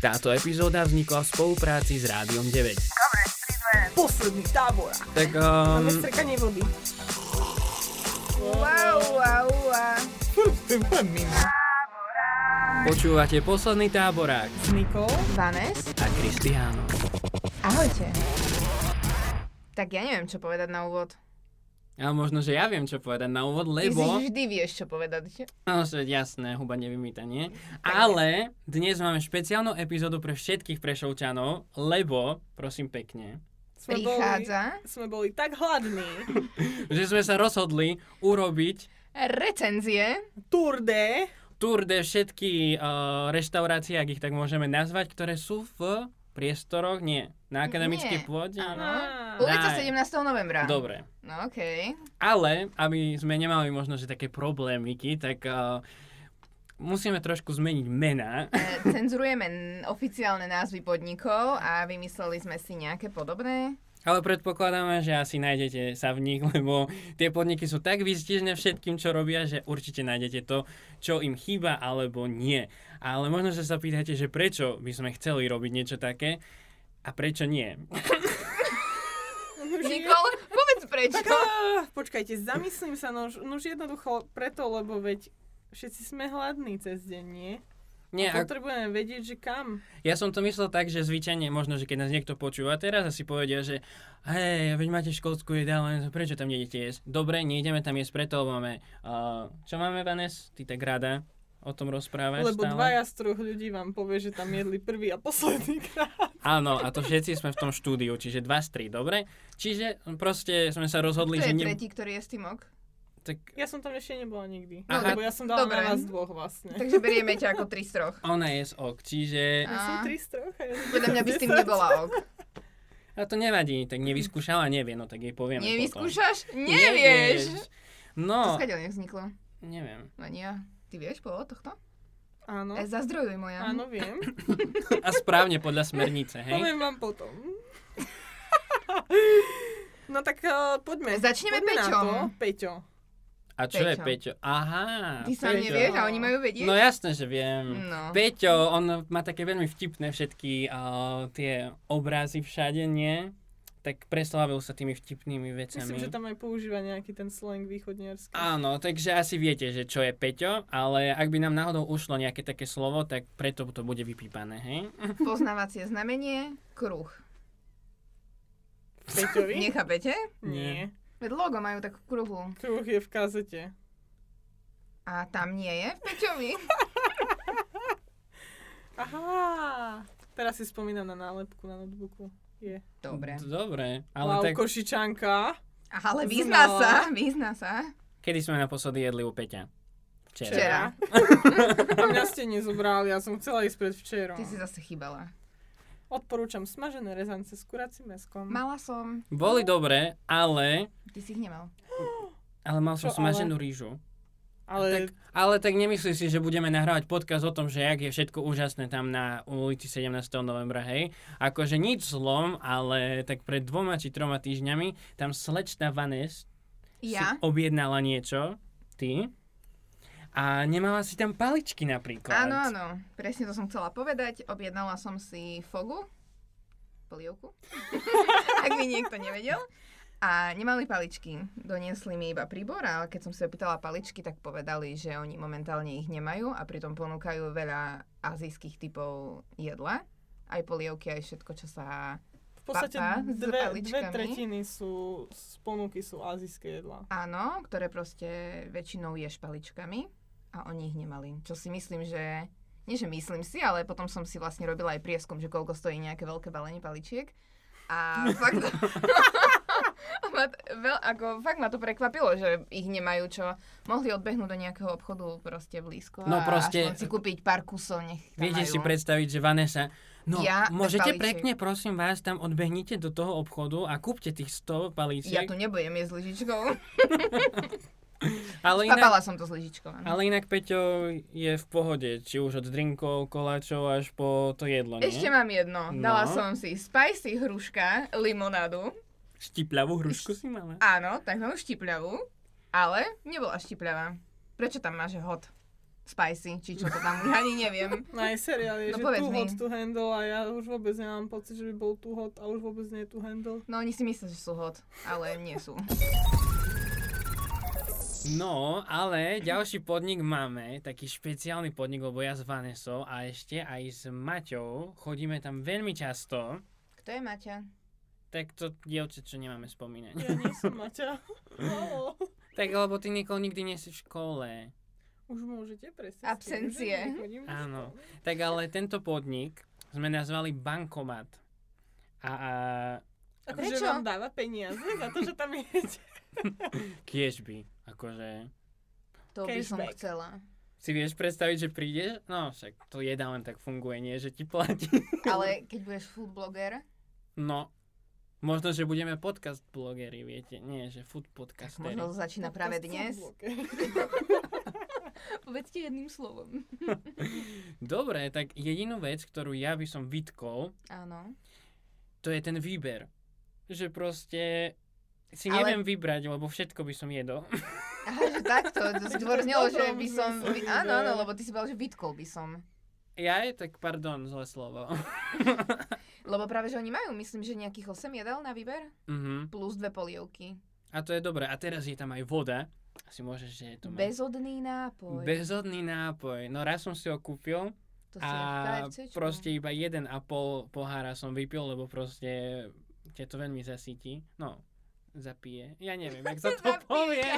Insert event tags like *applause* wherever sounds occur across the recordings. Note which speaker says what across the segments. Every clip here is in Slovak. Speaker 1: Táto epizóda vznikla v spolupráci s Rádiom 9.
Speaker 2: Coverage 3, 2, 1. Posledný tábor.
Speaker 1: Tak um,
Speaker 2: Máme strkanie vody. Wow, wow, wow.
Speaker 1: počúvate posledný táborák
Speaker 2: S Nikou.
Speaker 3: Vanes?
Speaker 1: a Kristiáno.
Speaker 3: Ahojte. Tak ja neviem, čo povedať na úvod.
Speaker 1: A možno, že ja viem, čo povedať na úvod,
Speaker 3: Ty
Speaker 1: lebo...
Speaker 3: si vždy vieš, čo povedať.
Speaker 1: No, že jasné, huba nevymýtanie. Ale dnes máme špeciálnu epizódu pre všetkých prešovčanov, lebo, prosím pekne,
Speaker 2: Sme
Speaker 3: Prichádza
Speaker 2: Boli, sme boli tak hladní.
Speaker 1: že sme sa rozhodli urobiť
Speaker 3: recenzie.
Speaker 2: Tour de.
Speaker 1: tour de všetky uh, reštaurácie, ak ich tak môžeme nazvať, ktoré sú v priestoroch, nie, na akademické
Speaker 3: Nie,
Speaker 1: pôde.
Speaker 3: Áno.
Speaker 2: Á.
Speaker 3: Ulica
Speaker 1: Daj.
Speaker 3: 17. novembra.
Speaker 1: Dobre.
Speaker 3: No okej.
Speaker 1: Ale, aby sme nemali možno, že také problémiky, tak uh, musíme trošku zmeniť mená.
Speaker 3: E, Cenzurujeme n- oficiálne názvy podnikov a vymysleli sme si nejaké podobné.
Speaker 1: *laughs* Ale predpokladáme, že asi nájdete sa v nich, *laughs* lebo tie podniky sú tak výstižné všetkým, čo robia, že určite nájdete to, čo im chýba alebo nie. Ale možno, že sa pýtate, že prečo by sme chceli robiť niečo také a prečo nie.
Speaker 3: Nikol, povedz prečo.
Speaker 2: Tak, á, počkajte, zamyslím sa, no už, no už jednoducho preto, lebo veď všetci sme hladní cez deň, nie?
Speaker 1: Nie,
Speaker 2: A
Speaker 1: ak,
Speaker 2: Potrebujeme vedieť, že kam.
Speaker 1: Ja som to myslel tak, že zvyčajne možno, že keď nás niekto počúva teraz a si povedia, že hej, veď máte školskú jedálňu, prečo tam nejdete jesť? Dobre, nejdeme tam jesť, preto máme... Uh, čo máme, Vanes? Ty tak rada o tom rozprávaš
Speaker 2: Lebo
Speaker 1: stále?
Speaker 2: dvaja z troch ľudí vám povie, že tam jedli prvý a posledný krát.
Speaker 1: Áno, a to všetci sme v tom štúdiu, čiže dva z tri, dobre? Čiže proste sme sa
Speaker 3: Kto
Speaker 1: rozhodli,
Speaker 3: je
Speaker 1: že... Ne...
Speaker 3: tretí, ktorý je Stimok?
Speaker 1: Tak
Speaker 2: Ja som tam ešte nebola nikdy. No,
Speaker 1: Aha.
Speaker 2: Lebo ja som dala
Speaker 3: Dobre.
Speaker 2: na vás dvoch vlastne.
Speaker 3: Takže berieme ťa ako tri z troch.
Speaker 1: ona je z ok, čiže...
Speaker 2: Ja
Speaker 3: A-
Speaker 2: som tri z troch. a ja som
Speaker 3: Podľa mňa by s tým
Speaker 2: desať.
Speaker 3: nebola ok.
Speaker 1: A to nevadí, tak nevyskúšala, nevie, no tak jej povieme
Speaker 3: Nevyskúšaš?
Speaker 1: potom.
Speaker 3: Nevieš. To
Speaker 1: No,
Speaker 3: skadiaľ nevzniklo.
Speaker 1: neviem.
Speaker 3: Len ja. No Ty vieš pôvod tohto?
Speaker 2: Áno,
Speaker 3: E, zazdrojuj moja.
Speaker 2: No. áno, viem.
Speaker 1: A správne podľa smernice, hej?
Speaker 2: Poviem vám potom. *laughs* No tak uh, poďme.
Speaker 3: Začneme
Speaker 2: poďme Na
Speaker 3: Peťom.
Speaker 2: to. Peťo.
Speaker 1: A čo je Peťo?
Speaker 3: Peťo.
Speaker 1: Aha.
Speaker 3: Ty sám
Speaker 1: Peťo.
Speaker 3: nevieš a oni majú vedieť?
Speaker 1: No jasné, že
Speaker 2: Mm.
Speaker 1: viem.
Speaker 3: No.
Speaker 1: Peťo, on má také veľmi vtipné všetky uh, tie obrazy všade, nie? Tak preslávil sa tými vtipnými vecami.
Speaker 2: Myslím, že tam aj používa nejaký ten slang východniarský.
Speaker 1: Áno, takže asi viete, že čo je Peťo, ale ak by nám náhodou ušlo nejaké také slovo, tak preto to bude vypípané, hej?
Speaker 3: Poznávacie znamenie, kruh. *laughs*
Speaker 2: Peťovi?
Speaker 3: Nechápete?
Speaker 2: Nie.
Speaker 3: Veď logo majú takú kruhu.
Speaker 2: Kruh je v kazete.
Speaker 3: A tam nie je v Peťovi.
Speaker 2: Aha. Teraz si spomínam na nálepku na notebooku. Je.
Speaker 3: Dobre.
Speaker 1: No Dobre, ale
Speaker 2: Ale wow,
Speaker 1: tak
Speaker 2: tak... košičanka.
Speaker 3: Ale vyzná
Speaker 2: Znala.
Speaker 3: sa, vyzná sa.
Speaker 1: kedy sme naposledy jedli u Peťa? Včera.
Speaker 3: Včera.
Speaker 2: *laughs* A mňa ste nezobrali, ja som chcela ísť pred včerom.
Speaker 3: Ty si zase chýbala.
Speaker 2: Odporúčam smažené rezance s kuracím meskom.
Speaker 3: Mala som.
Speaker 1: Boli dobré, ale...
Speaker 3: Ty si ich nemal.
Speaker 1: Ale mal som
Speaker 2: Čo ale?
Speaker 1: smaženú rýžu.
Speaker 2: Ale
Speaker 1: Tak, ale tak nemyslí si, že budeme nahrávať podcast o tom, že jak je všetko úžasné tam na ulici 17. novembra, hej. Akože nič zlom, ale tak pred dvoma či troma týždňami tam slečna Vanes
Speaker 3: Ja?
Speaker 1: si objednala niečo, ty, a nemala si tam paličky napríklad.
Speaker 3: Áno, áno. Presne to som chcela povedať. Objednala som si fogu. Polievku. *laughs* Ak by niekto nevedel. A nemali paličky. Doniesli mi iba príbor a keď som si opýtala paličky, tak povedali, že oni momentálne ich nemajú a pritom ponúkajú veľa azijských typov jedla. Aj polievky, aj všetko, čo sa...
Speaker 2: v podstate
Speaker 3: papa s
Speaker 2: dve, dve
Speaker 3: paličkami.
Speaker 2: tretiny sú, z ponuky sú azijské jedlá.
Speaker 3: Áno, ktoré proste väčšinou ješ paličkami a oni ich nemali. Čo si myslím, že... Nie, že myslím si, ale potom som si vlastne robila aj prieskum, že koľko stojí nejaké veľké balenie paličiek.
Speaker 1: *laughs*
Speaker 3: A fakt... *laughs* A ma t- veľ, ako, fakt ma to prekvapilo, že ich nemajú čo. Mohli odbehnúť do nejakého obchodu proste blízko
Speaker 1: No
Speaker 3: a
Speaker 1: proste-
Speaker 3: aspoň si kúpiť pár kusov, nech tam
Speaker 1: Viete
Speaker 3: majú.
Speaker 1: si predstaviť, že Vanessa, no
Speaker 3: Ja
Speaker 1: môžete
Speaker 3: balíček.
Speaker 1: pekne, prosím vás, tam odbehnite do toho obchodu a kúpte tých 100
Speaker 3: Ja
Speaker 1: palíčiek.
Speaker 3: tu nebudem jesť s lyžičkou.
Speaker 1: ale inak-
Speaker 3: Papala som to s lyžičkou. áno.
Speaker 1: Mhm. Ale inak Peťo je v pohode, či už od drinkov, koláčov až po to jedlo, nie?
Speaker 3: Ešte mám jedno.
Speaker 1: No.
Speaker 3: Dala som si spicy hruška, limonádu.
Speaker 1: Štipľavú hrušku si mala.
Speaker 3: Áno, takzvanú štipľavú, ale nebola štipľavá. Prečo tam máš hod? spicy, či čo to tam bude, ani neviem.
Speaker 2: No aj seriál je,
Speaker 3: No
Speaker 2: že
Speaker 3: povedz
Speaker 2: too
Speaker 3: mi.
Speaker 2: hot to handle a ja už vôbec nemám pocit, že by bol too hot a už vôbec nie je too handle.
Speaker 3: No oni si myslia, že sú hot, ale nie sú.
Speaker 1: No, ale ďalší podnik máme, taký špeciálny podnik, lebo ja s Vanesou a ešte aj s Maťou chodíme tam veľmi často,
Speaker 3: Kto je Maťa?
Speaker 1: tak to dievče, čo nemáme spomínať.
Speaker 2: *laughs* Ja
Speaker 3: *laughs*
Speaker 2: nie som Maťa. Haló.
Speaker 1: tak lebo ty Nikol nikdy nie si v škole.
Speaker 2: Už môžete prestať.
Speaker 3: Absencie.
Speaker 1: Áno. Tak ale tento podnik sme nazvali Bankomat. A, a
Speaker 2: Akože
Speaker 3: Prečo?
Speaker 2: vám dáva peniaze za to, že tam idete.
Speaker 1: kiežby, akože...
Speaker 3: To by som
Speaker 2: Cashback.
Speaker 3: chcela.
Speaker 1: Si vieš predstaviť, že prídeš? No však to jedá len tak funguje, nie? Že ti platí. *laughs*
Speaker 3: Ale keď budeš food blogger,
Speaker 1: No, možno, že budeme podcast blogery, viete? Nie, že food podcast.
Speaker 3: možno to začína *laughs* práve
Speaker 2: Podcast
Speaker 3: dnes.
Speaker 2: food
Speaker 3: *laughs* Povedzte jedným slovom.
Speaker 1: Dobre, tak jedinú vec, ktorú ja by som vytkol,
Speaker 3: Áno.
Speaker 1: to je ten výber. Že proste si
Speaker 3: Ale-
Speaker 1: neviem vybrať, lebo všetko by som jedol. *laughs*
Speaker 3: Aha, že takto, *laughs* to zdôrnilo, že
Speaker 2: Potom
Speaker 3: by som...
Speaker 2: sme sa
Speaker 3: vy- Áno, áno,
Speaker 2: vydali.
Speaker 3: lebo ty si povedal, že vytkol by som.
Speaker 1: Ja je tak, pardon, zlé slovo. *laughs*
Speaker 3: Lebo práve, že oni majú, myslím, že nejakých 8 jedál na výber,
Speaker 1: mhm.
Speaker 3: plus dve polievky.
Speaker 1: A to je dobré. A teraz je tam aj voda. Asi môžeš, že je to má-
Speaker 3: Bezodný nápoj.
Speaker 1: Bezodný nápoj. No raz som si ho kúpil
Speaker 3: To si
Speaker 1: a
Speaker 3: je v KFC, čo?
Speaker 1: proste iba jeden a pol pohára som vypil, lebo proste ťa to veľmi zasíti. No, zapije. Ja neviem, jak
Speaker 3: *laughs*
Speaker 1: sa to
Speaker 3: Zapije.
Speaker 1: povie.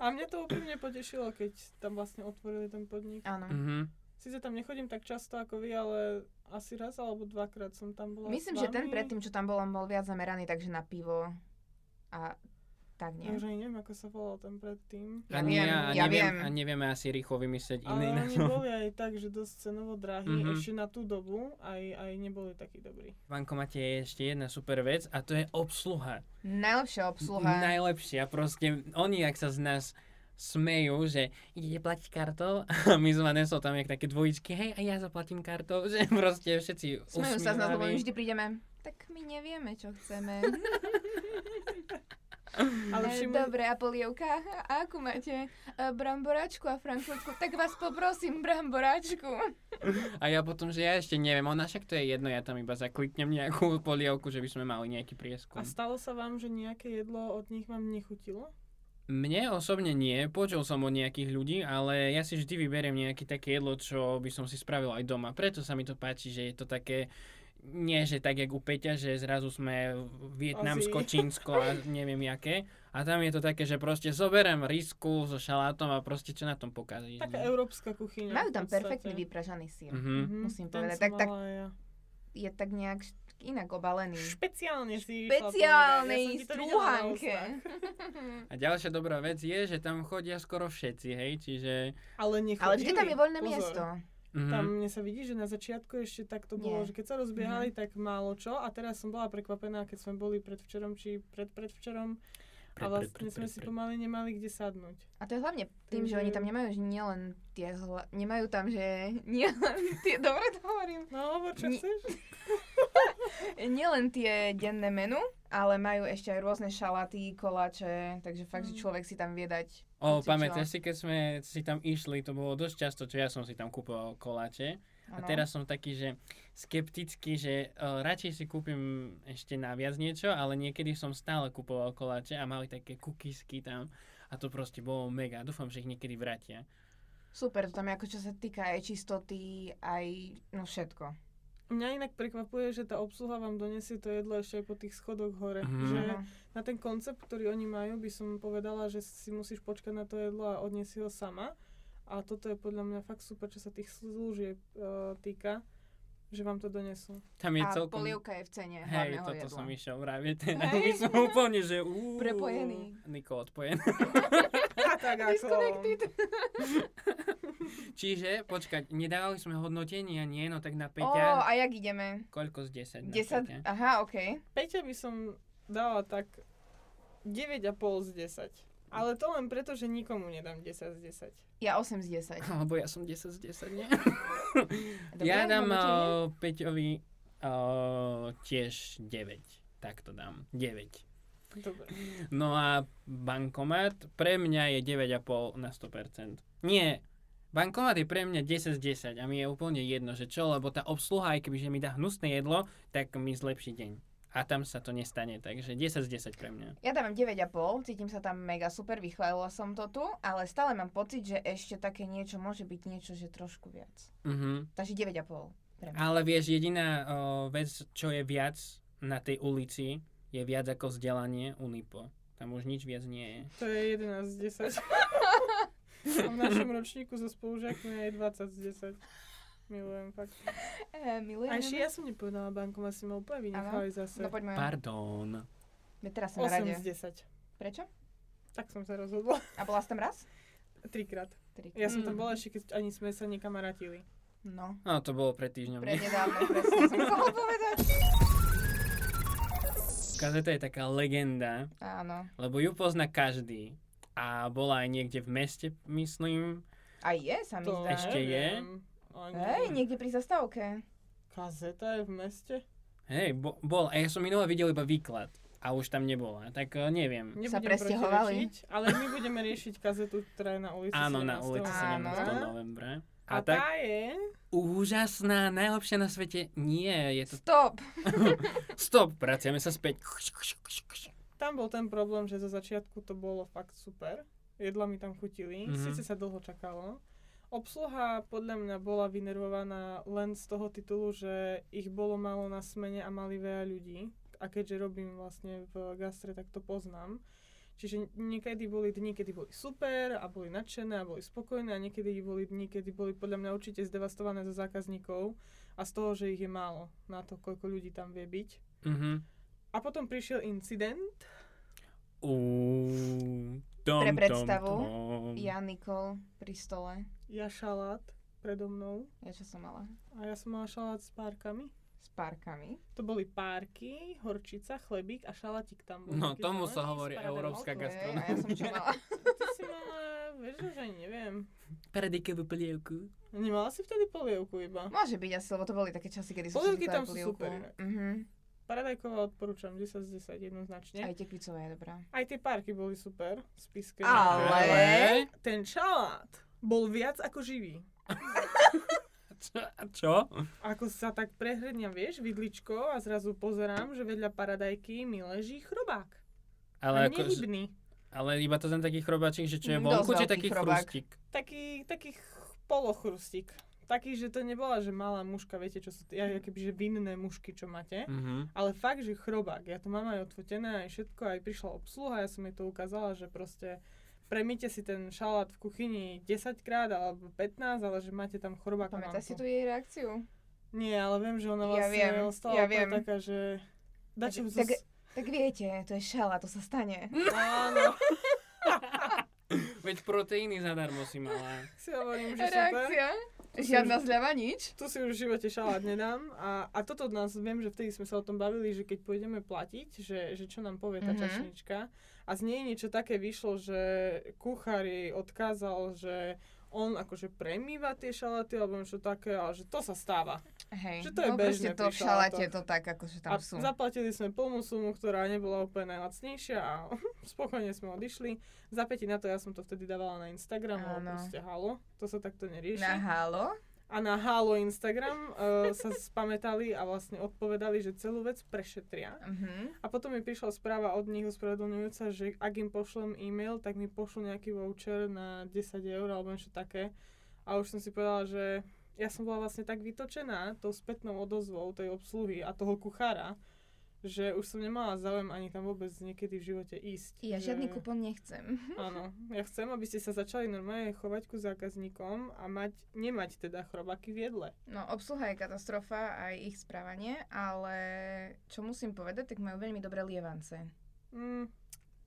Speaker 2: A mňa to úplne potešilo, keď tam vlastne otvorili ten podnik.
Speaker 3: Áno.
Speaker 1: Mhm.
Speaker 2: Sice tam nechodím tak často ako vy, ale asi raz alebo dvakrát som tam bola
Speaker 3: Myslím,
Speaker 2: s
Speaker 3: že ten
Speaker 2: vami.
Speaker 3: predtým, čo tam bol, on bol viac zameraný takže na pivo a tak
Speaker 2: Ja
Speaker 3: nie.
Speaker 2: už ani neviem, ako sa volal ten
Speaker 1: A,
Speaker 2: predtým.
Speaker 3: Ja
Speaker 1: nie,
Speaker 3: viem,
Speaker 1: a,
Speaker 3: ja
Speaker 1: neviem,
Speaker 3: viem.
Speaker 1: a nevieme asi rýchlo vymyslieť
Speaker 2: Ale
Speaker 1: iný
Speaker 2: oni
Speaker 1: názov.
Speaker 2: boli aj tak, že dosť cenovo drahí,
Speaker 1: Mhm.
Speaker 2: ešte na tú dobu, aj, aj neboli takí dobrí.
Speaker 1: V bankomate je ešte jedna super vec a to je obsluha.
Speaker 3: Najlepšia obsluha.
Speaker 1: Najlepšia, proste oni, ak sa z nás smejú, že idete platiť kartou *laughs* a my sme nesol tam jak také dvojičky, hej, a ja zaplatím kartou, *laughs* že proste všetci
Speaker 3: Smejú sa z nás, lebo my
Speaker 1: usmievaví.
Speaker 3: vždy prídeme. Tak my nevieme, čo chceme.
Speaker 2: *laughs* Ale
Speaker 3: E,
Speaker 2: všimli,
Speaker 3: Dobre, a polievka? A akú máte? E, Bramboráčku a frankfurtku. Tak vás poprosím, bramboráčku.
Speaker 1: A ja potom, že ja ešte neviem, ona však to je jedno, ja tam iba zakliknem nejakú *laughs* polievku, že by sme mali nejaký
Speaker 2: a
Speaker 1: prieskum.
Speaker 2: stalo sa vám, že nejaké jedlo od nich vám nechutilo?
Speaker 1: Mne osobne nie, počul som od nejakých ľudí, ale ja si vždy vyberiem nejaké také jedlo, čo by som si spravil aj doma. Preto sa mi to páči, že je to také, nie že tak jak u Peťa, že zrazu sme Vietnamsko,
Speaker 2: Ozzy.
Speaker 1: Čínsko a neviem jaké. A tam je to také, že proste zoberem risku so šalátom a proste čo na tom pokazíš.
Speaker 2: Taká
Speaker 1: ne?
Speaker 2: európska kuchyňa.
Speaker 3: Majú tam
Speaker 2: Mm, v podstate. Mm.
Speaker 3: perfektný vypražaný sír.
Speaker 1: Mhm.
Speaker 3: musím
Speaker 2: ten
Speaker 3: povedať.
Speaker 2: som
Speaker 3: Tak- tak- Mm.
Speaker 2: mala aj ja.
Speaker 3: Je tak nejak št- inak obalený.
Speaker 2: Špeciálne si išla povedať.
Speaker 3: Speciálnej
Speaker 2: Ja som ti to videla na
Speaker 3: strúhanke. *laughs*
Speaker 2: ústach.
Speaker 1: A ďalšia dobrá vec je, že tam chodia skoro všetci, hej, čiže...
Speaker 2: Ale nechodili.
Speaker 3: Ale vždy tam je voľné
Speaker 2: Pozor.
Speaker 3: miesto.
Speaker 1: Mhm.
Speaker 2: Tam mne sa vidí, že na začiatku ešte takto bolo,
Speaker 3: Nie. Mhm.
Speaker 2: že keď sa rozbiehali, tak málo čo. A teraz som bola prekvapená, keď sme boli predvčerom či predpredvčerom a
Speaker 1: Pred, pred,
Speaker 2: vlastne
Speaker 1: pred,
Speaker 2: sme
Speaker 1: pred,
Speaker 2: si
Speaker 1: pred.
Speaker 2: pomaly nemali kde sadnúť.
Speaker 3: A to je hlavne tým, že
Speaker 2: Takže-
Speaker 3: oni tam nemajú že nielen tie hla... Nemajú tam, že *laughs* nielen tie... Dobre to hovorím.
Speaker 2: No, hovor, čo
Speaker 3: Ni-
Speaker 2: chceš?
Speaker 3: Nielen tie denné menu, ale majú ešte aj rôzne šalaty, koláče, takže fakt, že
Speaker 2: Mm.
Speaker 3: človek si tam vie dať.
Speaker 1: O,
Speaker 3: Hocičo.
Speaker 1: pamätáš si, keď sme si tam išli, to bolo dosť často, čo ja som si tam kúpoval koláče. A
Speaker 3: Áno.
Speaker 1: teraz som taký, že skeptický, že o, radšej si kúpim ešte naviac niečo, ale niekedy som stále kupoval koláče a mali také kukisky tam. A to proste bolo mega. Dúfam, že ich niekedy vrátia.
Speaker 3: Super, to tam je ako čo sa týka aj čistoty, aj no všetko.
Speaker 2: Mňa inak prekvapuje, že tá obsluha vám donesie to jedlo ešte aj po tých schodoch hore.
Speaker 1: Mhm.
Speaker 2: Že
Speaker 3: Áno.
Speaker 2: na ten koncept, ktorý oni majú, by som povedala, že si musíš počkať na to jedlo a odniesť si ho sama. A toto je podľa mňa fakt super, čo sa tých služieb uh, týka, že vám to donesú.
Speaker 3: *laughs*
Speaker 1: Tam je
Speaker 3: A
Speaker 1: celkom...
Speaker 3: polievka je v cene
Speaker 1: Hej,
Speaker 3: hlavného
Speaker 1: toto
Speaker 3: jedla.
Speaker 1: som išiel vraviť. *laughs* Teda.
Speaker 3: Hej.
Speaker 1: My sme úplne, že... uú.
Speaker 3: Prepojení.
Speaker 1: Niko odpojený. *laughs*
Speaker 2: A tak
Speaker 3: Disconnected.
Speaker 1: Čiže, počkať, nedávali sme hodnotenia, nie? No tak na
Speaker 3: Ó, oh,
Speaker 1: Peťa...
Speaker 3: a jak ideme?
Speaker 1: Koľko z 10? na
Speaker 3: 10,
Speaker 1: Peťa?
Speaker 3: aha, okej.
Speaker 2: Peťa by som dala tak 9,5 z 10. Ale to len preto, že nikomu nedám 10 z 10.
Speaker 3: Ja 8 z 10.
Speaker 1: Lebo ja som 10 z 10, nie?
Speaker 3: Dobre,
Speaker 1: *laughs* ja dám eh,
Speaker 3: máme tie?
Speaker 1: uh, Peťovi uh, tiež 9. Tak to dám. 9.
Speaker 2: Dobre.
Speaker 1: No a bankomat pre mňa je 9,5 na 100%. Nie, bankomat je pre mňa 10 z 10 a mi je úplne jedno, že čo, lebo tá obsluha, aj kebyže mi dá hnusné jedlo, tak mi zlepší deň. A tam sa to nestane, takže 10 z 10 pre mňa.
Speaker 3: Ja dávam 9,5, cítim sa tam mega super, vychválila som to tu, ale stále mám pocit, že ešte také niečo môže byť niečo, že trošku viac.
Speaker 1: Mhm.
Speaker 3: Takže 9,5 pre mňa.
Speaker 1: Ale vieš, jediná o, vec, čo je viac na tej ulici, je viac ako vzdelanie Unipo. Tam už nič viac nie je.
Speaker 2: To je 11 z *laughs* 10. A v našom ročníku so spolužiakmi je 20 z 10. Milujem fakt.
Speaker 3: E, milujem.
Speaker 2: A ešte ja som nepovedala bankom, asi ma úplne vynechali zase.
Speaker 3: No
Speaker 1: Hm.
Speaker 3: poďme.
Speaker 1: Pardon.
Speaker 3: Ja teraz som na
Speaker 2: 8 z
Speaker 3: rade.
Speaker 2: 10.
Speaker 3: Prečo?
Speaker 2: Tak som sa rozhodla. *laughs*
Speaker 3: A bola si tam raz?
Speaker 2: Trikrát.
Speaker 3: Tri.
Speaker 2: Ja som
Speaker 3: Mm.
Speaker 2: tam bola ešte, keď ani sme sa nekamarátili.
Speaker 3: No,
Speaker 1: No, to bolo pred týždňom. *laughs* nie?
Speaker 3: prednedávno, presne som chcela povedať.
Speaker 1: Kazeta je taká legenda,
Speaker 3: Áno.
Speaker 1: lebo ju pozná každý. A bola aj niekde v meste, myslím.
Speaker 3: A je, sa mi zdá.
Speaker 1: Ešte je?
Speaker 2: neviem. Ani-
Speaker 3: Hej, niekde pri zastávke.
Speaker 2: Kazeta je v meste?
Speaker 1: Hej, bo, bol. A ja som minule videl iba výklad. A už tam nebola, tak eh, neviem.
Speaker 2: Nebudem
Speaker 3: presťahovali.
Speaker 2: protirečiť, Ale my budeme riešiť kazetu, ktorá je na ulici
Speaker 1: Áno, na ulici 17.
Speaker 3: 17.
Speaker 1: novembra. A
Speaker 2: A
Speaker 1: tak
Speaker 2: tá je...
Speaker 1: úžasná, najlepšia na svete. Nie, je to...
Speaker 3: Stop!
Speaker 1: Stop, vraciame sa späť.
Speaker 2: Tam bol ten problém, že zo začiatku to bolo fakt super. Jedla mi tam chutili,
Speaker 1: Mhm.
Speaker 2: síce sa dlho čakalo. Obsluha podľa mňa bola vynervovaná len z toho titulu, že ich bolo málo na smene a mali veľa ľudí. A keďže robím vlastne v gastre, tak to poznám. Čiže niekedy boli dni, kedy boli super a boli nadšené a boli spokojné a niekedy boli dni, kedy boli podľa mňa určite zdevastované zo zákazníkov a z toho, že ich je málo na to, koľko ľudí tam vie byť.
Speaker 1: Mhm.
Speaker 2: A potom prišiel incident,
Speaker 1: Uú, tom,
Speaker 3: Pre predstavu,
Speaker 1: tom, tom.
Speaker 3: Ja, Nikol, pri stole.
Speaker 2: ja šalát predo mnou
Speaker 3: Ja čo som mala?
Speaker 2: a ja som mala šalát s párkami.
Speaker 3: S párkami.
Speaker 2: To boli párky, horčica, chlebík a šalátik tam bol.
Speaker 1: No,
Speaker 2: taký
Speaker 1: tomu
Speaker 2: zelený
Speaker 1: sa
Speaker 2: s
Speaker 1: hovorí
Speaker 2: paradajkou.
Speaker 1: európska
Speaker 2: Ok.
Speaker 3: Hej,
Speaker 1: gastronomia.
Speaker 3: a ja som čo mala?
Speaker 2: Ty si mala, vieš, že ani neviem.
Speaker 1: Paradikovú polievku.
Speaker 2: Nemala si vtedy polievku iba.
Speaker 3: Môže byť asi, lebo to boli také časy, kedy som
Speaker 2: Polievky
Speaker 3: si
Speaker 2: tam sú super inak.
Speaker 3: Uh-huh.
Speaker 2: Paradajková odporúčam 10 z 10
Speaker 3: Aj
Speaker 2: jednoznačne.
Speaker 3: tie kvicové je dobrá.
Speaker 2: Aj tie párky boli super, spiske.
Speaker 3: Ale-
Speaker 2: Ten šalát bol viac ako živý.
Speaker 1: Čo? čo?
Speaker 2: Ako sa tak prehredňa, vieš, vidličko a zrazu pozerám, že vedľa paradajky mi leží chrobák.
Speaker 1: Ale,
Speaker 2: a
Speaker 1: ako, že-
Speaker 2: nehybný.
Speaker 1: ale iba to ten taký chrobáčik, že čo je
Speaker 3: Mm,
Speaker 1: vonku,
Speaker 3: dosť
Speaker 1: či
Speaker 3: veľký
Speaker 1: taký
Speaker 3: chrobák.
Speaker 1: chrustík?
Speaker 2: taký, taký ch- polochrustík. Taký, že to nebola, že malá muška, viete, čo sú tie, ja-
Speaker 3: Mhm.
Speaker 2: keby, že vinné mušky, čo máte.
Speaker 1: Mhm.
Speaker 2: Ale fakt, že chrobák. Ja to mám aj odfotené, aj všetko, aj prišla obsluha, ja som jej to ukázala, že proste premýte si ten šalát v kuchyni 10 krát alebo 15, ale že máte tam chrobák. a
Speaker 3: Pamätáš si
Speaker 2: mamku.
Speaker 3: tu jej reakciu?
Speaker 2: Nie, ale viem, že ona
Speaker 3: Ja
Speaker 2: vlastne
Speaker 3: viem,
Speaker 2: ostala
Speaker 3: ja
Speaker 2: úplne
Speaker 3: viem.
Speaker 2: taká, že... Dačo,
Speaker 3: Tak-
Speaker 2: zas-
Speaker 3: Tak viete, to je šala, to sa stane.
Speaker 2: Áno, *laughs*
Speaker 1: Veď proteíny zadarmo si mala.
Speaker 2: si hovorím, že super.
Speaker 3: Reakcia? Žiadna zľava, nič?
Speaker 2: tu si už v živote šalát nedám. A, a toto od nás, viem, že vtedy sme sa o tom bavili, že keď pôjdeme platiť, že, že čo nám povie tá
Speaker 3: Mhm.
Speaker 2: čašnička. A z nej niečo také vyšlo, že kuchár jej odkázal, že on akože premýva tie šalaty alebo niečo také, ale že to sa stáva.
Speaker 3: Hej,
Speaker 2: Že to je
Speaker 3: no proste
Speaker 2: bežné pri
Speaker 3: to v šalate
Speaker 2: šalátoch.
Speaker 3: to tak, akože tam
Speaker 2: a
Speaker 3: sú.
Speaker 2: zaplatili sme plnú sumu, ktorá nebola úplne najlacnejšia a *laughs* spokojne sme odišli. Za päti na to ja som to vtedy dávala na Instagram,
Speaker 3: Áno.
Speaker 2: lebo proste halo, to sa takto nerieši.
Speaker 3: Na halo?
Speaker 2: a na Halo Instagram uh, sa spamätali a vlastne odpovedali, že celú vec prešetria.
Speaker 3: Mhm.
Speaker 2: A potom mi prišla správa od nich ospravedlňujúca, že ak im pošlem e-mail, tak mi pošlú nejaký voucher na 10 eur alebo niečo také. A už som si povedala, že ja som bola vlastne tak vytočená tou spätnou odozvou tej obsluhy a toho kuchára, že už som nemala záujem ani tam vôbec niekedy v živote ísť.
Speaker 3: Ja
Speaker 2: že...
Speaker 3: žiadny Hm? kupon nechcem.
Speaker 2: Áno, ja chcem, aby ste sa začali normálne chovať ku zákazníkom a mať, nemať teda chrobaky v jedle.
Speaker 3: No, obsluha je katastrofa, aj ich správanie, ale čo musím povedať, tak majú veľmi dobré lievance.
Speaker 2: Mm,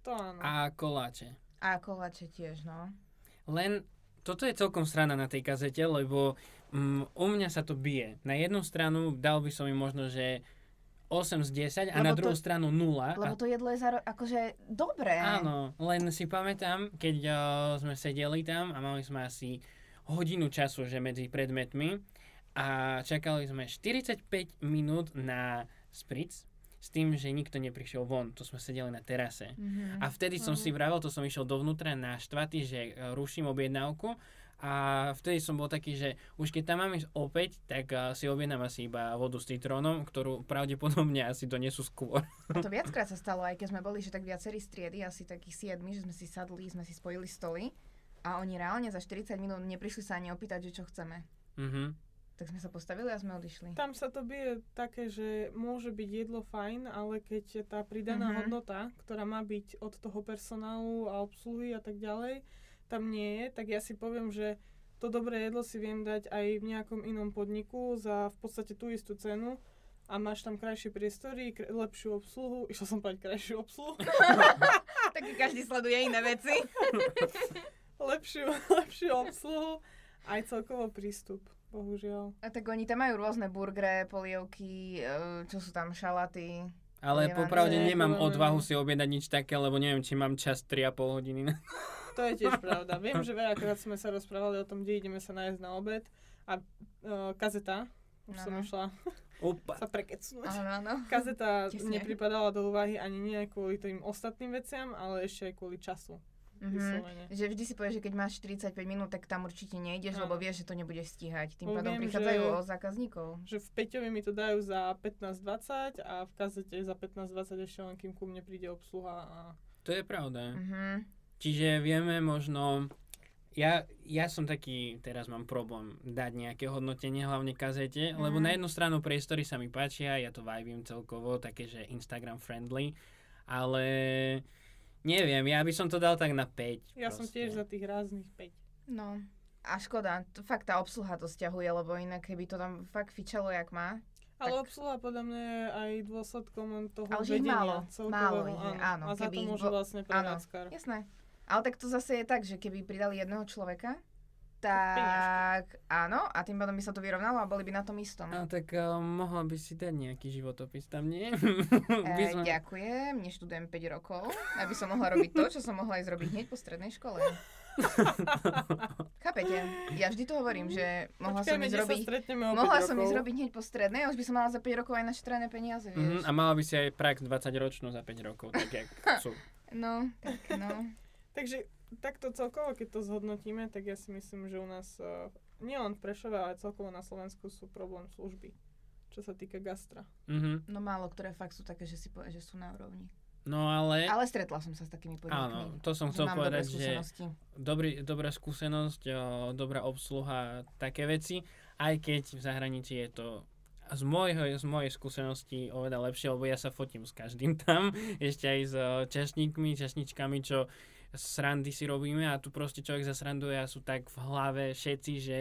Speaker 2: to áno.
Speaker 1: A koláče.
Speaker 3: A koláče tiež, no.
Speaker 1: Len toto je celkom strana na tej kazete, lebo mm, u mňa sa to bije. Na jednu stranu dal by som im možno, že 8 z 10 a
Speaker 3: Lebo
Speaker 1: na
Speaker 3: to-
Speaker 1: druhú stranu 0.
Speaker 3: Lebo
Speaker 1: A,
Speaker 3: to jedlo je záro... akože dobré.
Speaker 1: áno, len si pamätám, keď o, sme sedeli tam a mali sme asi hodinu času, že medzi predmetmi a čakali sme 45 minút na spritz s tým, že nikto neprišiel von. To sme sedeli na terase.
Speaker 3: Mhm.
Speaker 1: A vnútri. A vtedy som
Speaker 2: Áno.
Speaker 1: si vravel, to som išiel dovnútra naštvatý, že e, ruším objednávku. A vtedy som bol taký, že už keď tam mám ísť opäť, tak e, si objednám asi iba vodu s citrónom, ktorú pravdepodobne asi donesú skôr.
Speaker 3: A to viackrát sa stalo, aj keď sme boli, že tak viacerí striedy, asi takých siedmi, že sme si sadli, sme si spojili stoly a oni reálne za 40 minút neprišli sa ani opýtať, že čo chceme.
Speaker 1: Mhm.
Speaker 3: Tak sme sa postavili a sme odišli.
Speaker 2: Tam sa to bije také, že môže byť jedlo fajn, ale keď je tá pridaná
Speaker 3: Mhm.
Speaker 2: hodnota, ktorá má byť od toho personálu a obsluhy a tak ďalej, tam nie je, tak ja si poviem, že to dobré jedlo si viem dať aj v nejakom inom podniku za v podstate tú istú cenu a máš tam krajšie priestory, kr- lepšiu obsluhu, išla som povedať krajšiu obsluhu, *laughs*
Speaker 3: Tak každý sleduje iné veci.
Speaker 2: lepšiu, *laughs* lepšiu obsluhu, aj celkovo prístup, bohužiaľ.
Speaker 3: A tak oni tam majú rôzne burgre, polievky, e, čo sú tam, šalaty.
Speaker 1: Ale
Speaker 3: Neviem,
Speaker 1: popravde
Speaker 2: že-
Speaker 1: nemám
Speaker 2: podľa mňa-
Speaker 1: odvahu si objednať nič také, lebo neviem, či mám čas 3,5 hodiny. na-
Speaker 2: To je tiež pravda. Viem, že veľakrát sme sa rozprávali o tom, kde ideme sa nájsť na obed a uh, kazeta, už som
Speaker 3: Áno.
Speaker 2: išla
Speaker 1: Opa.
Speaker 2: sa prekecnúť.
Speaker 3: No, Áno, no,
Speaker 2: *laughs*
Speaker 3: áno.
Speaker 2: Kazeta
Speaker 3: Tesne.
Speaker 2: nepripadala do úvahy ani nie kvôli tým ostatným veciam, ale ešte aj kvôli času.
Speaker 3: Mhm.
Speaker 2: Vyslovene.
Speaker 3: Že vždy si povieš, že keď máš 45 minút, tak tam určite nejdeš,
Speaker 2: Áno.
Speaker 3: lebo vieš, že to nebudeš stíhať. Tým
Speaker 2: Lebo
Speaker 3: pádom
Speaker 2: viem,
Speaker 3: prichádzajú
Speaker 2: že-
Speaker 3: o zákazníkov.
Speaker 2: Že v Peťovi mi to dajú za 15.20 a v kazete za 15.20 ešte len kým ku mne príde obsluha a
Speaker 1: To je pravda.
Speaker 3: Mhm.
Speaker 1: Čiže vieme možno... Ja, ja som taký, teraz mám problém dať nejaké hodnotenie, hlavne kazete, lebo
Speaker 3: Mhm.
Speaker 1: na jednu stranu priestory sa mi páčia, ja to vibím celkovo, také, že Instagram friendly, ale neviem, ja by som to dal tak na 5.
Speaker 2: ja som tiež za tých ráznych 5.
Speaker 3: No. A škoda, t- fakt tá obsluha to stiahuje, lebo inak keby to tam fakt fičalo, jak má.
Speaker 2: Ale
Speaker 3: Tak-
Speaker 2: obsluha podľa mňa je aj dôsledkom len toho
Speaker 3: Ale že ich málo.
Speaker 2: vedenia. celkového,
Speaker 3: Málo ich je, áno.
Speaker 2: A za
Speaker 3: Keby
Speaker 2: to
Speaker 3: ich
Speaker 2: môže
Speaker 3: bo-
Speaker 2: vlastne prevádzkar.
Speaker 3: Jasné. Ale tak to zase je tak, že keby pridali jedného človeka,
Speaker 2: Tak
Speaker 3: tak áno, a tým pádom by sa to vyrovnalo a boli by na tom istom.
Speaker 1: No tak uh, mohla by si dať nejaký životopis tam, nie? *laughs* By
Speaker 3: E,
Speaker 1: sme-
Speaker 3: ďakujem, neštudujem 5 rokov, aby som mohla robiť to, čo som mohla aj zrobiť hneď po strednej
Speaker 1: *laughs*
Speaker 3: škole. Chápete? Ja vždy to hovorím, že mohla som
Speaker 2: Počkajme,
Speaker 3: ísť
Speaker 2: kde
Speaker 3: robiť...
Speaker 2: sa stretneme o
Speaker 3: Mohla
Speaker 2: 5
Speaker 3: som
Speaker 2: rokov.
Speaker 3: ísť robiť hneď po strednej, a už by som mala za 5 rokov aj našetrené peniaze,
Speaker 1: Mhm,
Speaker 3: vieš.
Speaker 1: a mala by si aj prax 20-ročnú za 5 rokov, tak
Speaker 3: *laughs*
Speaker 1: jak sú.
Speaker 3: No, tak no.
Speaker 2: Takže takto celkovo, keď to zhodnotíme, tak ja si myslím, že u nás eh, nielen v Prešove, ale celkovo na Slovensku sú problém služby, čo sa týka gastra.
Speaker 1: Mhm.
Speaker 3: No málo, ktoré fakt sú také, že, si povie, že sú na úrovni.
Speaker 1: No ale...
Speaker 3: Ale stretla som sa s takými podnikmi.
Speaker 1: Áno, to som
Speaker 3: že
Speaker 1: chcel
Speaker 3: mám dobré
Speaker 1: povedať, že
Speaker 3: skúsenosti.
Speaker 1: dobrý, dobrá skúsenosť, o, dobrá obsluha, také veci, aj keď v zahraničí je to z, môjho, z mojej skúsenosti oveľa lepšie, lebo ja sa fotím s každým *laughs* tam, ešte aj s o, čašníkmi, čašničkami, čo srandy si robíme a tu proste človek zasranduje a sú tak v hlave všetci, že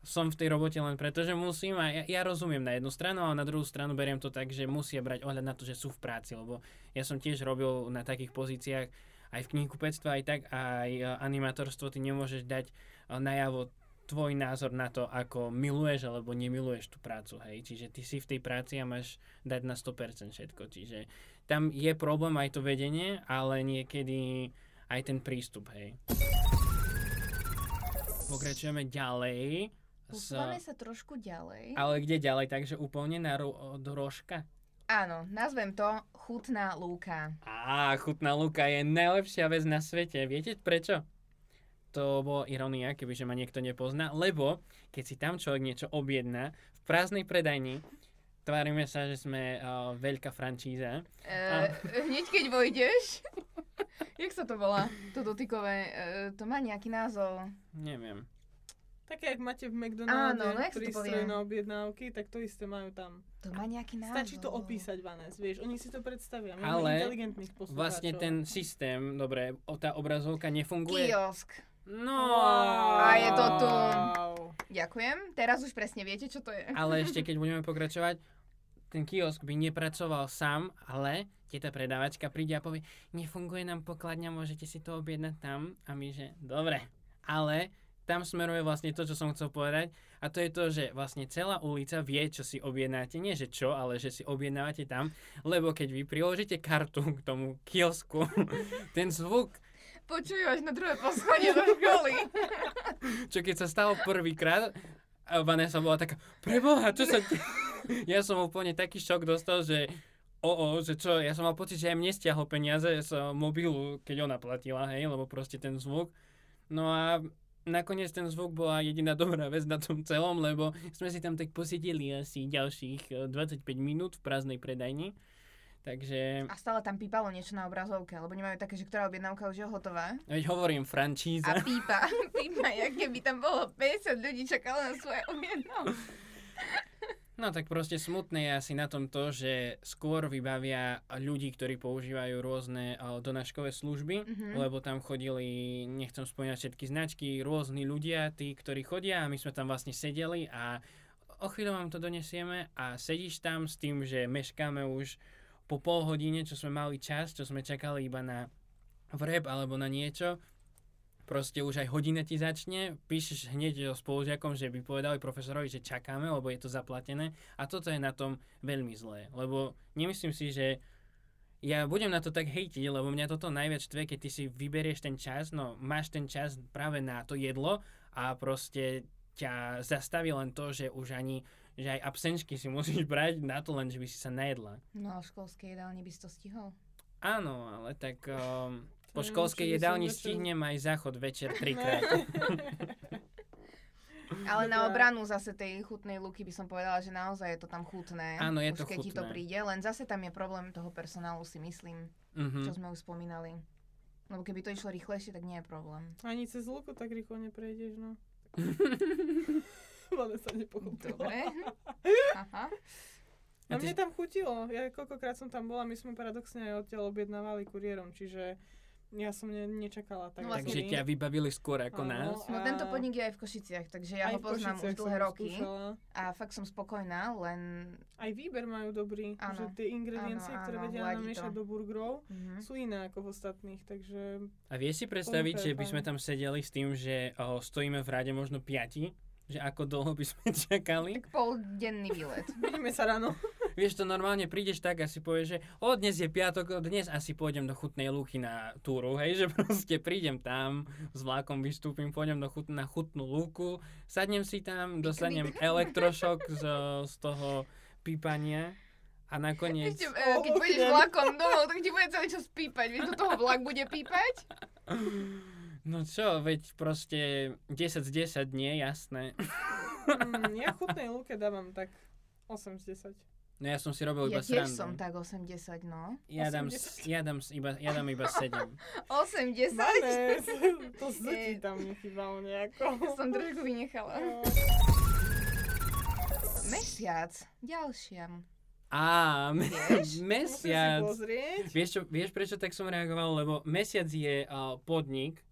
Speaker 1: som v tej robote len preto, že musím a ja, ja rozumiem na jednu stranu, ale na druhú stranu beriem to tak, že musia brať ohľad na to, že sú v práci, lebo ja som tiež robil na takých pozíciách aj v knihkupectve, aj tak, aj e, animátorstvo, ty nemôžeš dať e, najavo tvoj názor na to, ako miluješ alebo nemiluješ tú prácu, hej. Čiže ty si v tej práci a máš dať na 100% všetko. Čiže tam je problém aj to vedenie, ale niekedy aj ten prístup, hej. Pokračujeme ďalej. S,
Speaker 3: Posúvame sa trošku ďalej.
Speaker 1: ale kde ďalej? Takže úplne na ro- do rožka.
Speaker 3: Áno, nazvem to chutná lúka.
Speaker 1: Á, chutná luka je najlepšia vec na svete. Viete prečo? To bolo ironia, kebyže ma niekto nepozná, lebo keď si tam človek niečo objedná v prázdnej predajni, tvárime sa, že sme uh, veľká francíza.
Speaker 3: E,
Speaker 1: Áno.
Speaker 3: hneď keď vojdeš, *laughs* jak sa to volá, to dotykové, e, to má nejaký názov.
Speaker 1: Neviem.
Speaker 2: Také, jak máte v McDonalde
Speaker 3: Áno, no jak sa to
Speaker 2: prístroj
Speaker 3: povie?
Speaker 2: na objednávky, tak to isté majú tam.
Speaker 3: To má nejaký názov.
Speaker 2: Stačí to opísať, Vanes, vieš, oni si to predstavia. My
Speaker 1: Ale
Speaker 2: Ale inteligentných poslucháčov.
Speaker 1: Vlastne ten systém, dobre, o, tá obrazovka nefunguje.
Speaker 3: Kiosk.
Speaker 1: No.
Speaker 3: A je to tu.
Speaker 1: *laughs*
Speaker 2: Wow.
Speaker 3: Ďakujem, teraz už presne viete, čo to je.
Speaker 1: Ale ešte keď budeme pokračovať, ten kiosk by nepracoval sám, ale teta predávačka príde a povie, nefunguje nám pokladňa, môžete si to objednať tam. A my že, dobre. Ale tam smeruje vlastne to, čo som chcel povedať. A to je to, že vlastne celá ulica vie, čo si objednáte. Nie, že čo, ale že si objednávate tam. Lebo keď vy priložíte kartu k tomu kiosku, *laughs* ten zvuk
Speaker 3: Počujú až na druhé poschodie do školy. *laughs*
Speaker 1: čo keď sa stalo prvýkrát, *laughs* a Vanessa bola taká, preboha, čo sa... de-" Ja som úplne taký šok dostal, že o, o, že čo, ja som mal pocit, že aj mne stiahol peniaze z eh, mobilu, keď ona platila, hej, lebo proste ten zvuk. No a nakoniec ten zvuk bola jediná dobrá vec na tom celom, lebo sme si tam tak posedeli asi ďalších eh, 25 minút v prázdnej predajni. Takže,
Speaker 3: A stále tam pípalo niečo na obrazovke, lebo nemajú také, že ktorá objednávka už je hotová.
Speaker 1: veď hovorím,
Speaker 3: A
Speaker 1: frančíza.
Speaker 3: *laughs* pípa, pípa, jak keby tam bolo 50 ľudí čakalo na svoje objednávky.
Speaker 1: No tak proste smutné je asi na tom to, že skôr vybavia ľudí, ktorí používajú rôzne eh, donáškové služby,
Speaker 3: Mhm.
Speaker 1: lebo tam chodili, nechcem spomínať všetky značky, rôzni ľudia, tí, ktorí chodia a my sme tam vlastne sedeli a o chvíľu vám to donesieme a sedíš tam s tým, že meškáme už po pol hodine, čo sme mali čas, čo sme čakali iba na vreb alebo na niečo, proste už aj hodina ti začne, píšeš hneď so spolužiakom, že by povedali profesorovi, že čakáme, lebo je to zaplatené a toto je na tom veľmi zlé, lebo nemyslím si, že ja budem na to tak hejtiť, lebo mňa toto najviac štve, keď ty si vyberieš ten čas, no máš ten čas práve na to jedlo a proste ťa zastaví len to, že už ani, že aj absenčky si *laughs* musíš brať na to len, že by si sa najedla.
Speaker 3: No a v školskej jedálni by si to stihol.
Speaker 1: Áno, ale tak um, po
Speaker 2: neviem,
Speaker 1: školskej
Speaker 2: či by som
Speaker 1: jedálni
Speaker 2: večer-
Speaker 1: stihnem aj záchod večer
Speaker 2: *laughs*
Speaker 1: trikrát.
Speaker 3: Ale na
Speaker 2: Dobre.
Speaker 3: obranu zase tej chutnej luky by som povedala, že naozaj je to tam chutné.
Speaker 1: Áno, je
Speaker 3: už
Speaker 1: to
Speaker 3: keď ti to
Speaker 1: chutné.
Speaker 3: príde, len zase tam je problém toho personálu, si myslím,
Speaker 2: Hm.
Speaker 1: Mhm.
Speaker 3: čo sme už spomínali. Lebo keby to išlo rýchlejšie, tak nie je
Speaker 2: *laughs*
Speaker 3: problém.
Speaker 2: Ani cez luku tak rýchlo neprejdeš,
Speaker 1: *laughs*
Speaker 2: no. Vane sa nepochopila.
Speaker 3: Dobre. Aha.
Speaker 1: A
Speaker 2: A
Speaker 1: ty-
Speaker 2: mne tam chutilo. Ja koľkokrát som tam bola, my sme paradoxne aj odtiaľ objednávali kuriérom, čiže ja som ne, nečakala tak.
Speaker 3: No vlastne
Speaker 1: Takže
Speaker 2: veľmi.
Speaker 1: ťa vybavili skôr ako
Speaker 2: Áno.
Speaker 1: nás.
Speaker 3: No
Speaker 2: A-
Speaker 3: tento podnik je aj v Košiciach, takže
Speaker 2: Aj
Speaker 3: ja
Speaker 2: v
Speaker 3: ho poznám už
Speaker 2: Košiciach
Speaker 3: dlhé
Speaker 2: som
Speaker 3: roky.
Speaker 2: skúšala.
Speaker 3: A fakt som spokojná, len...
Speaker 2: Aj výber majú dobrý,
Speaker 3: Áno.
Speaker 2: že tie ingrediencie,
Speaker 3: Áno,
Speaker 2: ktoré
Speaker 3: áno,
Speaker 2: vedia
Speaker 3: ladí to.
Speaker 2: namiešať do burgerov,
Speaker 3: Mhm.
Speaker 2: sú iné ako v ostatných, takže
Speaker 1: A vieš si predstaviť,
Speaker 2: Úplne
Speaker 1: že by sme
Speaker 2: fajn.
Speaker 1: tam sedeli s tým, že o, stojíme v rade možno piati? Že ako dlho by sme *laughs* čakali?
Speaker 3: Tak poldenný výlet.
Speaker 2: vidíme sa ráno.
Speaker 1: Vieš, to normálne prídeš tak a si povieš, že o, dnes je piatok, dnes asi pôjdem do Chutnej Lúky na túru, hej, *laughs* že proste prídem tam, s vlákom vystúpim, pôjdem do chut- na Chutnú Lúku, sadnem si tam, dostanem elektrošok z, z toho pípania a nakoniec...
Speaker 3: Ešte, e, keď pôjdeš
Speaker 2: Ochen.
Speaker 3: vlakom domov, tak ti bude celý čas pípať. Vieš, do toho vlak bude pípať?
Speaker 1: No čo, veď proste 10 z 10 nie, jasné.
Speaker 2: Mm, ja chutnej luke dávam tak 8 z 10.
Speaker 1: No ja som si robil iba
Speaker 3: Ja tiež
Speaker 1: srandu.
Speaker 3: som tak 80, no.
Speaker 1: Ja dám, s-
Speaker 2: 80.
Speaker 1: ja dám, s- iba, ja dám iba
Speaker 3: *laughs*
Speaker 1: 7.
Speaker 3: 80?
Speaker 2: Vane, *laughs* to z ti tam nechybalo nejako.
Speaker 3: E. Som trošku vynechala.
Speaker 2: No.
Speaker 3: Mesiac. Ďalšia.
Speaker 1: Á, me-
Speaker 3: Vieš?
Speaker 2: Musím si
Speaker 1: *laughs* mesiac.
Speaker 2: pozrieť.
Speaker 1: Vieš, čo, vieš, prečo tak som reagoval? Lebo mesiac je uh, podnik,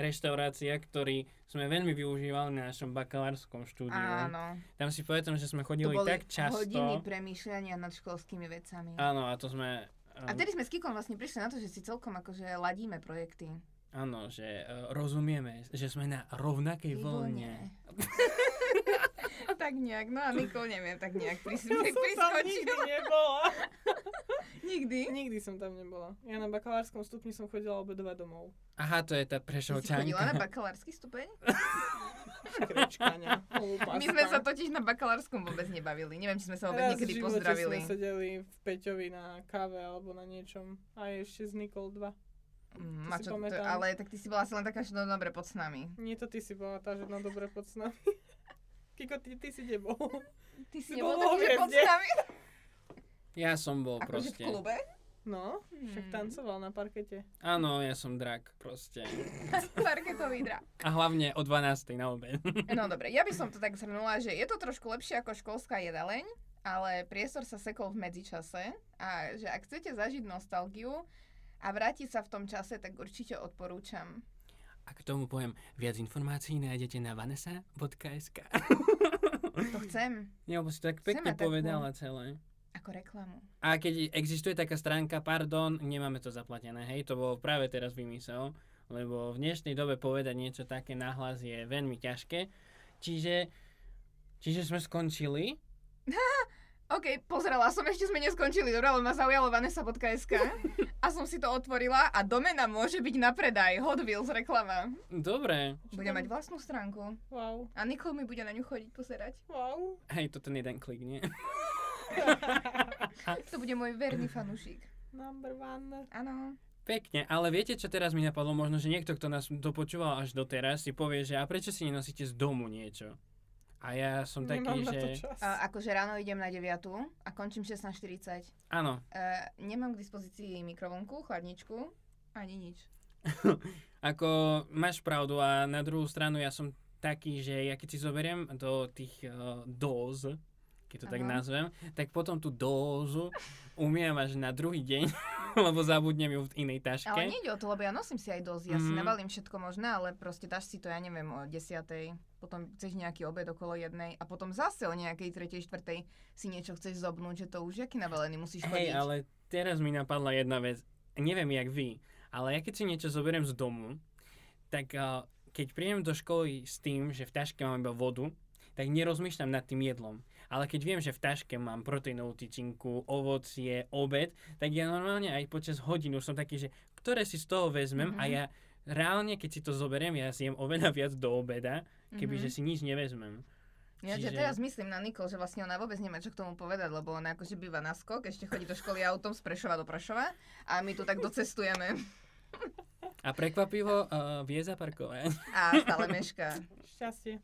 Speaker 1: reštaurácia, ktorý sme veľmi využívali na našom bakalárskom štúdiu.
Speaker 3: Áno.
Speaker 1: Tam si pamätám, že sme
Speaker 3: To
Speaker 1: chodili
Speaker 3: boli
Speaker 1: tak často.
Speaker 3: hodiny premýšľania nad školskými vecami.
Speaker 1: Áno, a to sme...
Speaker 3: A
Speaker 1: um,
Speaker 3: tedy sme s Kikom vlastne prišli na to, že si celkom akože ladíme projekty.
Speaker 1: Áno, že uh, rozumieme, že sme na rovnakej vlne.
Speaker 3: *laughs* tak nejak, no a Nikol neviem, tak nejak pris-
Speaker 2: Ja som tam nikdy
Speaker 3: priskočil.
Speaker 2: nebola.
Speaker 3: Nikdy.
Speaker 2: Nikdy som tam nebola. Ja na bakalárskom stupni som chodila obedovať domov.
Speaker 1: Aha, to je tá
Speaker 3: Ty Si chodila na
Speaker 1: prešovčanka.
Speaker 3: bakalársky stupeň?
Speaker 2: Krečkania, hlúpa
Speaker 3: *laughs* My sme
Speaker 2: stará.
Speaker 3: sa totiž na bakalárskom vôbec nebavili. Neviem, či sme sa vôbec
Speaker 2: Raz
Speaker 3: niekedy
Speaker 2: v živote
Speaker 3: pozdravili.
Speaker 2: sme sedeli v Peťovi na káve alebo na niečom. A ešte z Nikol 2. to
Speaker 3: Mm, a
Speaker 2: si
Speaker 3: čo, to,
Speaker 2: pamätám.
Speaker 3: ale tak ty si bola asi len taká, že no dobre, pod s nami.
Speaker 2: Nie to ty si bola tá, že na dobre pod s nami. *laughs* Kiko, ty, ty si kde bol?
Speaker 3: Ty
Speaker 2: Si
Speaker 3: si nebol
Speaker 2: bola
Speaker 3: taký, že
Speaker 2: vo
Speaker 3: pod s
Speaker 2: hviezde.
Speaker 3: nami.
Speaker 1: Ja som bol
Speaker 3: Akože v
Speaker 1: proste...
Speaker 3: klube?
Speaker 2: No, však
Speaker 3: Hmm.
Speaker 2: tancoval na parkete.
Speaker 1: Áno, ja som drak proste.
Speaker 3: *laughs* Parketový drak.
Speaker 1: A hlavne o 12. na obed.
Speaker 3: No dobre, ja by som to tak zhrnula, že je to trošku lepšie ako školská jedaleň, ale priestor sa sekol v medzičase a že ak chcete zažiť nostalgiu a vrátiť sa v tom čase, tak určite odporúčam.
Speaker 1: A k tomu poviem, viac informácií nájdete na *laughs* vanessa.sk.
Speaker 3: To chcem
Speaker 1: Ja, lebo si to tak
Speaker 3: Chceme
Speaker 1: pekne
Speaker 3: takú.
Speaker 1: povedala celé.
Speaker 3: ako reklamu.
Speaker 1: A keď existuje taká stránka, pardon, nemáme to zaplatené, hej, to bolo práve teraz vymysel, lebo v dnešnej dobe povedať niečo také nahlas je veľmi ťažké. Čiže, čiže sme skončili.
Speaker 3: OK, pozrela som, ešte sme neskončili, dobre, ale ma zaujalo vanessa.sk a som si to otvorila a domena môže byť na predaj, Hot Wheels reklama.
Speaker 1: Dobre,
Speaker 2: Čo
Speaker 3: Bude
Speaker 2: tam-
Speaker 3: mať vlastnú stránku
Speaker 2: Wow,
Speaker 3: a Nikol mi bude na ňu chodiť pozerať.
Speaker 2: wow.
Speaker 1: hej, to ten jeden klik, nie?
Speaker 3: To bude môj verný fanúšik.
Speaker 2: Number one.
Speaker 3: Áno.
Speaker 1: Pekne, ale viete, čo teraz mi napadlo? Možno, že niekto, kto nás dopočúval až doteraz, si povie, že a prečo si nenosíte z domu niečo? A ja som taký,
Speaker 2: Nemám na to
Speaker 1: že...
Speaker 2: čas.
Speaker 3: A akože ráno idem na 9 a končím 16.40.
Speaker 1: Áno.
Speaker 3: Uh, nemám k dispozícii mikrovlnku, chladničku, ani nič.
Speaker 1: Ako máš pravdu a na druhú stranu ja som taký, že ja keď si zoberiem do tých uh, dóz, keď to tak
Speaker 3: Áno.
Speaker 1: nazvem, tak potom tú dózu umiem až na druhý deň, *laughs* lebo zabudnem ju v inej taške.
Speaker 3: Ale nejde o to, lebo ja nosím si aj dosť, ja si
Speaker 1: Mhm.
Speaker 3: nabalím všetko možné, ale proste dáš si to, ja neviem, o 10. Potom chceš nejaký obed okolo jednej a potom zase o nejakej tretej, štvrtej si niečo chceš zobnúť, že to už jaký nabalený musíš
Speaker 1: Hej,
Speaker 3: chodiť.
Speaker 1: ale teraz mi napadla jedna vec. Neviem, jak vy, ale ja keď si niečo zoberiem z domu, tak uh, keď prídem do školy s tým, že v taške mám iba vodu, tak nerozmýšľam nad tým jedlom. Ale keď viem, že v taške mám proteínovú tyčinku, ovocie, obed, tak ja normálne aj počas hodín už som taký, že ktoré si z toho vezmem
Speaker 3: Mhm.
Speaker 1: a ja reálne, keď si to zoberiem, ja zjem oveľa viac do obeda, kebyže
Speaker 3: Mhm.
Speaker 1: si nič nevezmem.
Speaker 3: Ja že
Speaker 1: Čiže-
Speaker 3: teraz myslím na Nikol, že vlastne ona vôbec nemá čo k tomu povedať, lebo ona akože býva na skok, ešte chodí do školy autom z Prešova do Prešova a my tu tak docestujeme
Speaker 1: A prekvapivo uh, vie zaparkovať.
Speaker 3: a stále mešká.
Speaker 2: Šťastie.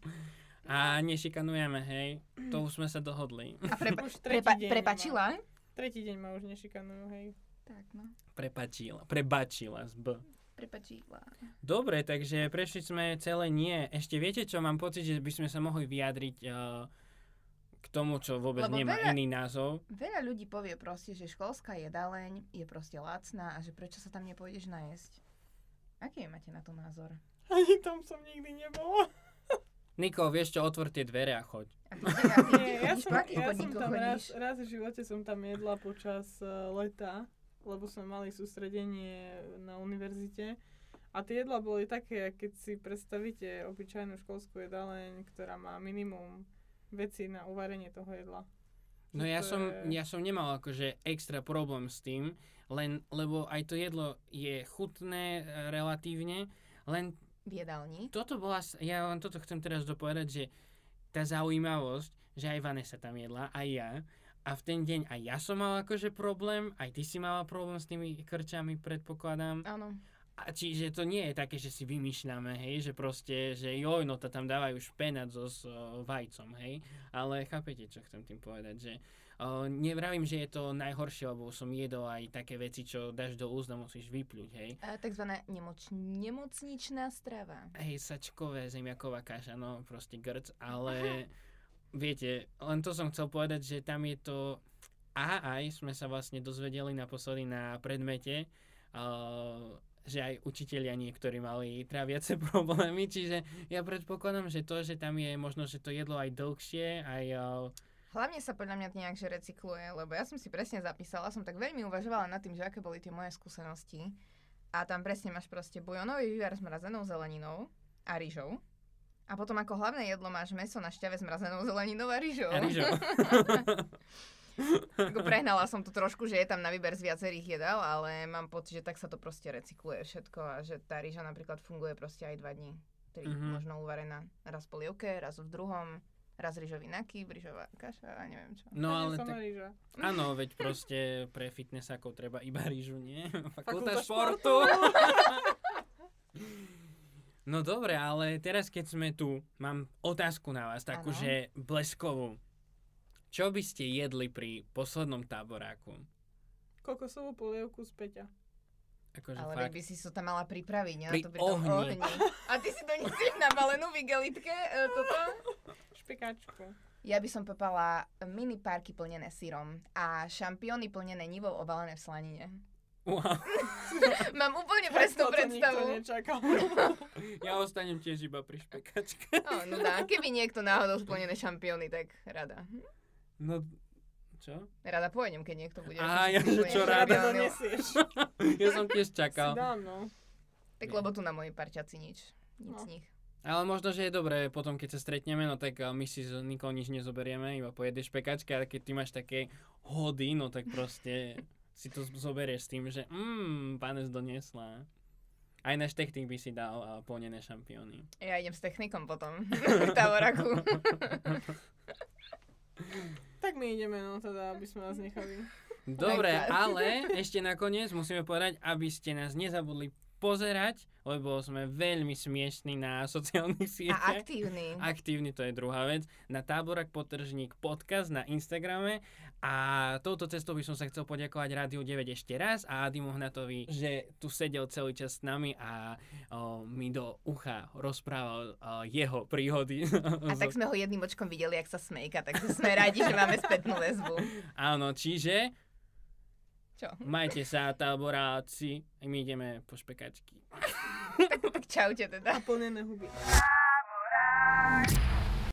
Speaker 1: A nešikanujeme, hej. To už sme sa dohodli.
Speaker 3: A prepa-
Speaker 2: Už tretí
Speaker 3: prepa-
Speaker 2: deň Ma,
Speaker 1: no.
Speaker 3: prepačila?
Speaker 2: tretí deň ma už nešikanujú, hej. *laughs*
Speaker 3: Tak no,
Speaker 1: Prepačila. Prebačila z B.
Speaker 3: prepačila.
Speaker 1: Dobre, takže prešli sme celé nie. Ešte viete čo? Mám pocit, že by sme sa mohli vyjadriť eh, k tomu, čo vôbec
Speaker 3: Lebo
Speaker 1: nemá
Speaker 3: veľa-
Speaker 1: iný názov.
Speaker 3: Veľa ľudí povie proste, že školská jedaleň je proste lacná a že prečo sa tam nepôjdeš najesť. Aký máte na to názor?
Speaker 2: Ani tam som nikdy nebola.
Speaker 1: Niko, vieš čo? Otvor tie dvere a choď.
Speaker 2: *laughs*
Speaker 3: A ty, teda, ty, ty *laughs*
Speaker 2: Nie, ja
Speaker 3: chodíš
Speaker 2: som,
Speaker 3: po
Speaker 2: ja
Speaker 3: akých
Speaker 2: som
Speaker 3: podnikoch
Speaker 2: tam
Speaker 3: chodíš?
Speaker 2: raz, raz v živote som tam jedla počas eh, leta, lebo sme mali sústredenie na univerzite. A tie jedla boli také, keď si predstavíte obyčajnú školskú jedaleň, ktorá má minimum veci na uvarenie toho jedla.
Speaker 1: No ja
Speaker 2: To
Speaker 1: som,
Speaker 2: je-
Speaker 1: ja som nemal akože extra problém s tým, len lebo aj to jedlo je chutné eh, relatívne, len
Speaker 3: V jedálni?
Speaker 1: toto bola, s- ja vám toto chcem teraz dopovedať, že tá zaujímavosť, že aj Vanessa tam jedla, aj ja, a v ten deň aj ja som mal akože problém, aj ty si mala problém s tými krčami, predpokladám.
Speaker 3: Áno.
Speaker 1: A čiže to nie je také, že si vymýšľame, hej, že proste, že joj, no tá tam dávajú špenát so s o, vajcom, hej. Ale chápete, čo chcem tým povedať, že o, nevravím, že je to najhoršie, lebo som jedol aj také veci, čo dáš do úzda, musíš vypľuť, hej.
Speaker 3: E, takzvaná nemoč, nemocničná strava.
Speaker 1: hej, sačkové, zemiaková kaša, no proste grc, ale viete, len to som chcel povedať, že tam je to, a aj sme sa vlastne dozvedeli naposledy na predmete, uh, že aj učitelia niektorí mali tráviace *laughs* problémy, čiže ja predpokladám, že to, že tam je možno, že to jedlo aj dlhšie, aj uh,
Speaker 3: Hlavne sa podľa mňa nejak že recykluje, lebo ja som si presne zapísala, som tak veľmi uvažovala nad tým, že aké boli tie moje skúsenosti. A tam presne máš proste bujonový vývar s mrazenou zeleninou a rýžou. A potom ako hlavné jedlo máš meso na šťave s mrazenou zeleninou a rýžou.
Speaker 1: a rýžo.
Speaker 3: Ako prehnala som to trošku, že je tam na výber z viacerých jedál, ale mám pocit, že tak sa to proste recykluje všetko a že tá rýža napríklad funguje proste aj dva dní. Tri
Speaker 1: Mhm.
Speaker 3: možno uvarená raz v polievke, raz v druhom, raz rýžový nakýb, rýžová kaša a neviem čo.
Speaker 1: No ale
Speaker 2: tak...
Speaker 1: tak, áno, veď proste pre fitnessakov treba iba rýžu, nie? *laughs* Fakulta
Speaker 2: Fakulta
Speaker 1: športu! No dobre, ale teraz keď sme tu, mám otázku na vás, takú,
Speaker 3: Áno.
Speaker 1: že bleskovú. Čo by ste jedli pri poslednom táboráku?
Speaker 2: Kokosovú polievku z Peťa.
Speaker 1: Akože
Speaker 3: Ale veď
Speaker 1: fakt.
Speaker 3: by si sa tam mala pripraviť, ne?
Speaker 1: Pri
Speaker 3: to pri tom
Speaker 1: ohni.
Speaker 3: ohni. A ty si donesieš na balenú vigelitke e, toto?
Speaker 2: Špikačku.
Speaker 3: Ja by som popala mini parky plnené sírom a šampióny plnené nivou obalené v slanine. *laughs*
Speaker 1: Wow,
Speaker 3: Mám úplne presnú
Speaker 2: To nikto
Speaker 3: predstavu. *laughs*
Speaker 2: nečakal.
Speaker 1: ja ostanem tiež iba pri
Speaker 3: *laughs*
Speaker 1: špekačke.
Speaker 3: Ó, no dá, keby niekto náhodou splnené šampióny, tak rada.
Speaker 1: No, čo?
Speaker 3: Rada pôjdem, keď niekto bude. no.
Speaker 1: Á, ja, že
Speaker 3: splnené
Speaker 1: čo rada. no
Speaker 3: šampióny.
Speaker 2: donesieš.
Speaker 1: Ja som tiež
Speaker 2: Si
Speaker 1: čakal.
Speaker 2: dám, no.
Speaker 3: Tak lebo tu na moji parťaci nič. Nic
Speaker 2: No.
Speaker 3: z nich.
Speaker 1: Ale možno, že je dobré, potom keď sa stretneme, no tak uh, my si z nikoho nič nezoberieme, iba pojedeš pekačka a keď ty máš také hody, no tak proste si to z- zoberieš s tým, že mmm, pánes doniesla. Aj náš technik by si dal uh, plnené šampióny.
Speaker 3: Ja
Speaker 1: *laughs*
Speaker 3: *laughs* idem s technikom potom. v Tavoraku.
Speaker 2: Tak tak my ideme, no teda, aby sme vás nechali.
Speaker 1: Dobre,
Speaker 3: Tak, tak.
Speaker 1: ale ešte nakoniec musíme povedať, aby ste nás nezabudli pozerať, lebo sme veľmi smiešní na *laughs* sociálnych
Speaker 3: A
Speaker 1: sieťach.
Speaker 3: aktívny.
Speaker 1: Aktívny, to je druhá vec. Na táborak potržník podcast na Instagrame. A touto cestou by som sa chcel poďakovať Rádiu 9 ešte raz a Adimu Hnatovi, že tu sedel celý čas s nami a o, mi do ucha rozprával o, jeho príhody. *laughs*
Speaker 3: A tak sme ho jedným očkom videli, jak sa smejka, takže sme radi, že máme spätnú väzbu.
Speaker 1: Áno, čiže
Speaker 3: Čo?
Speaker 1: majte sa táboráci. My ideme po špekačky.
Speaker 3: Tak čaute
Speaker 2: A
Speaker 3: teda.
Speaker 2: plnené huby.
Speaker 4: Táborák.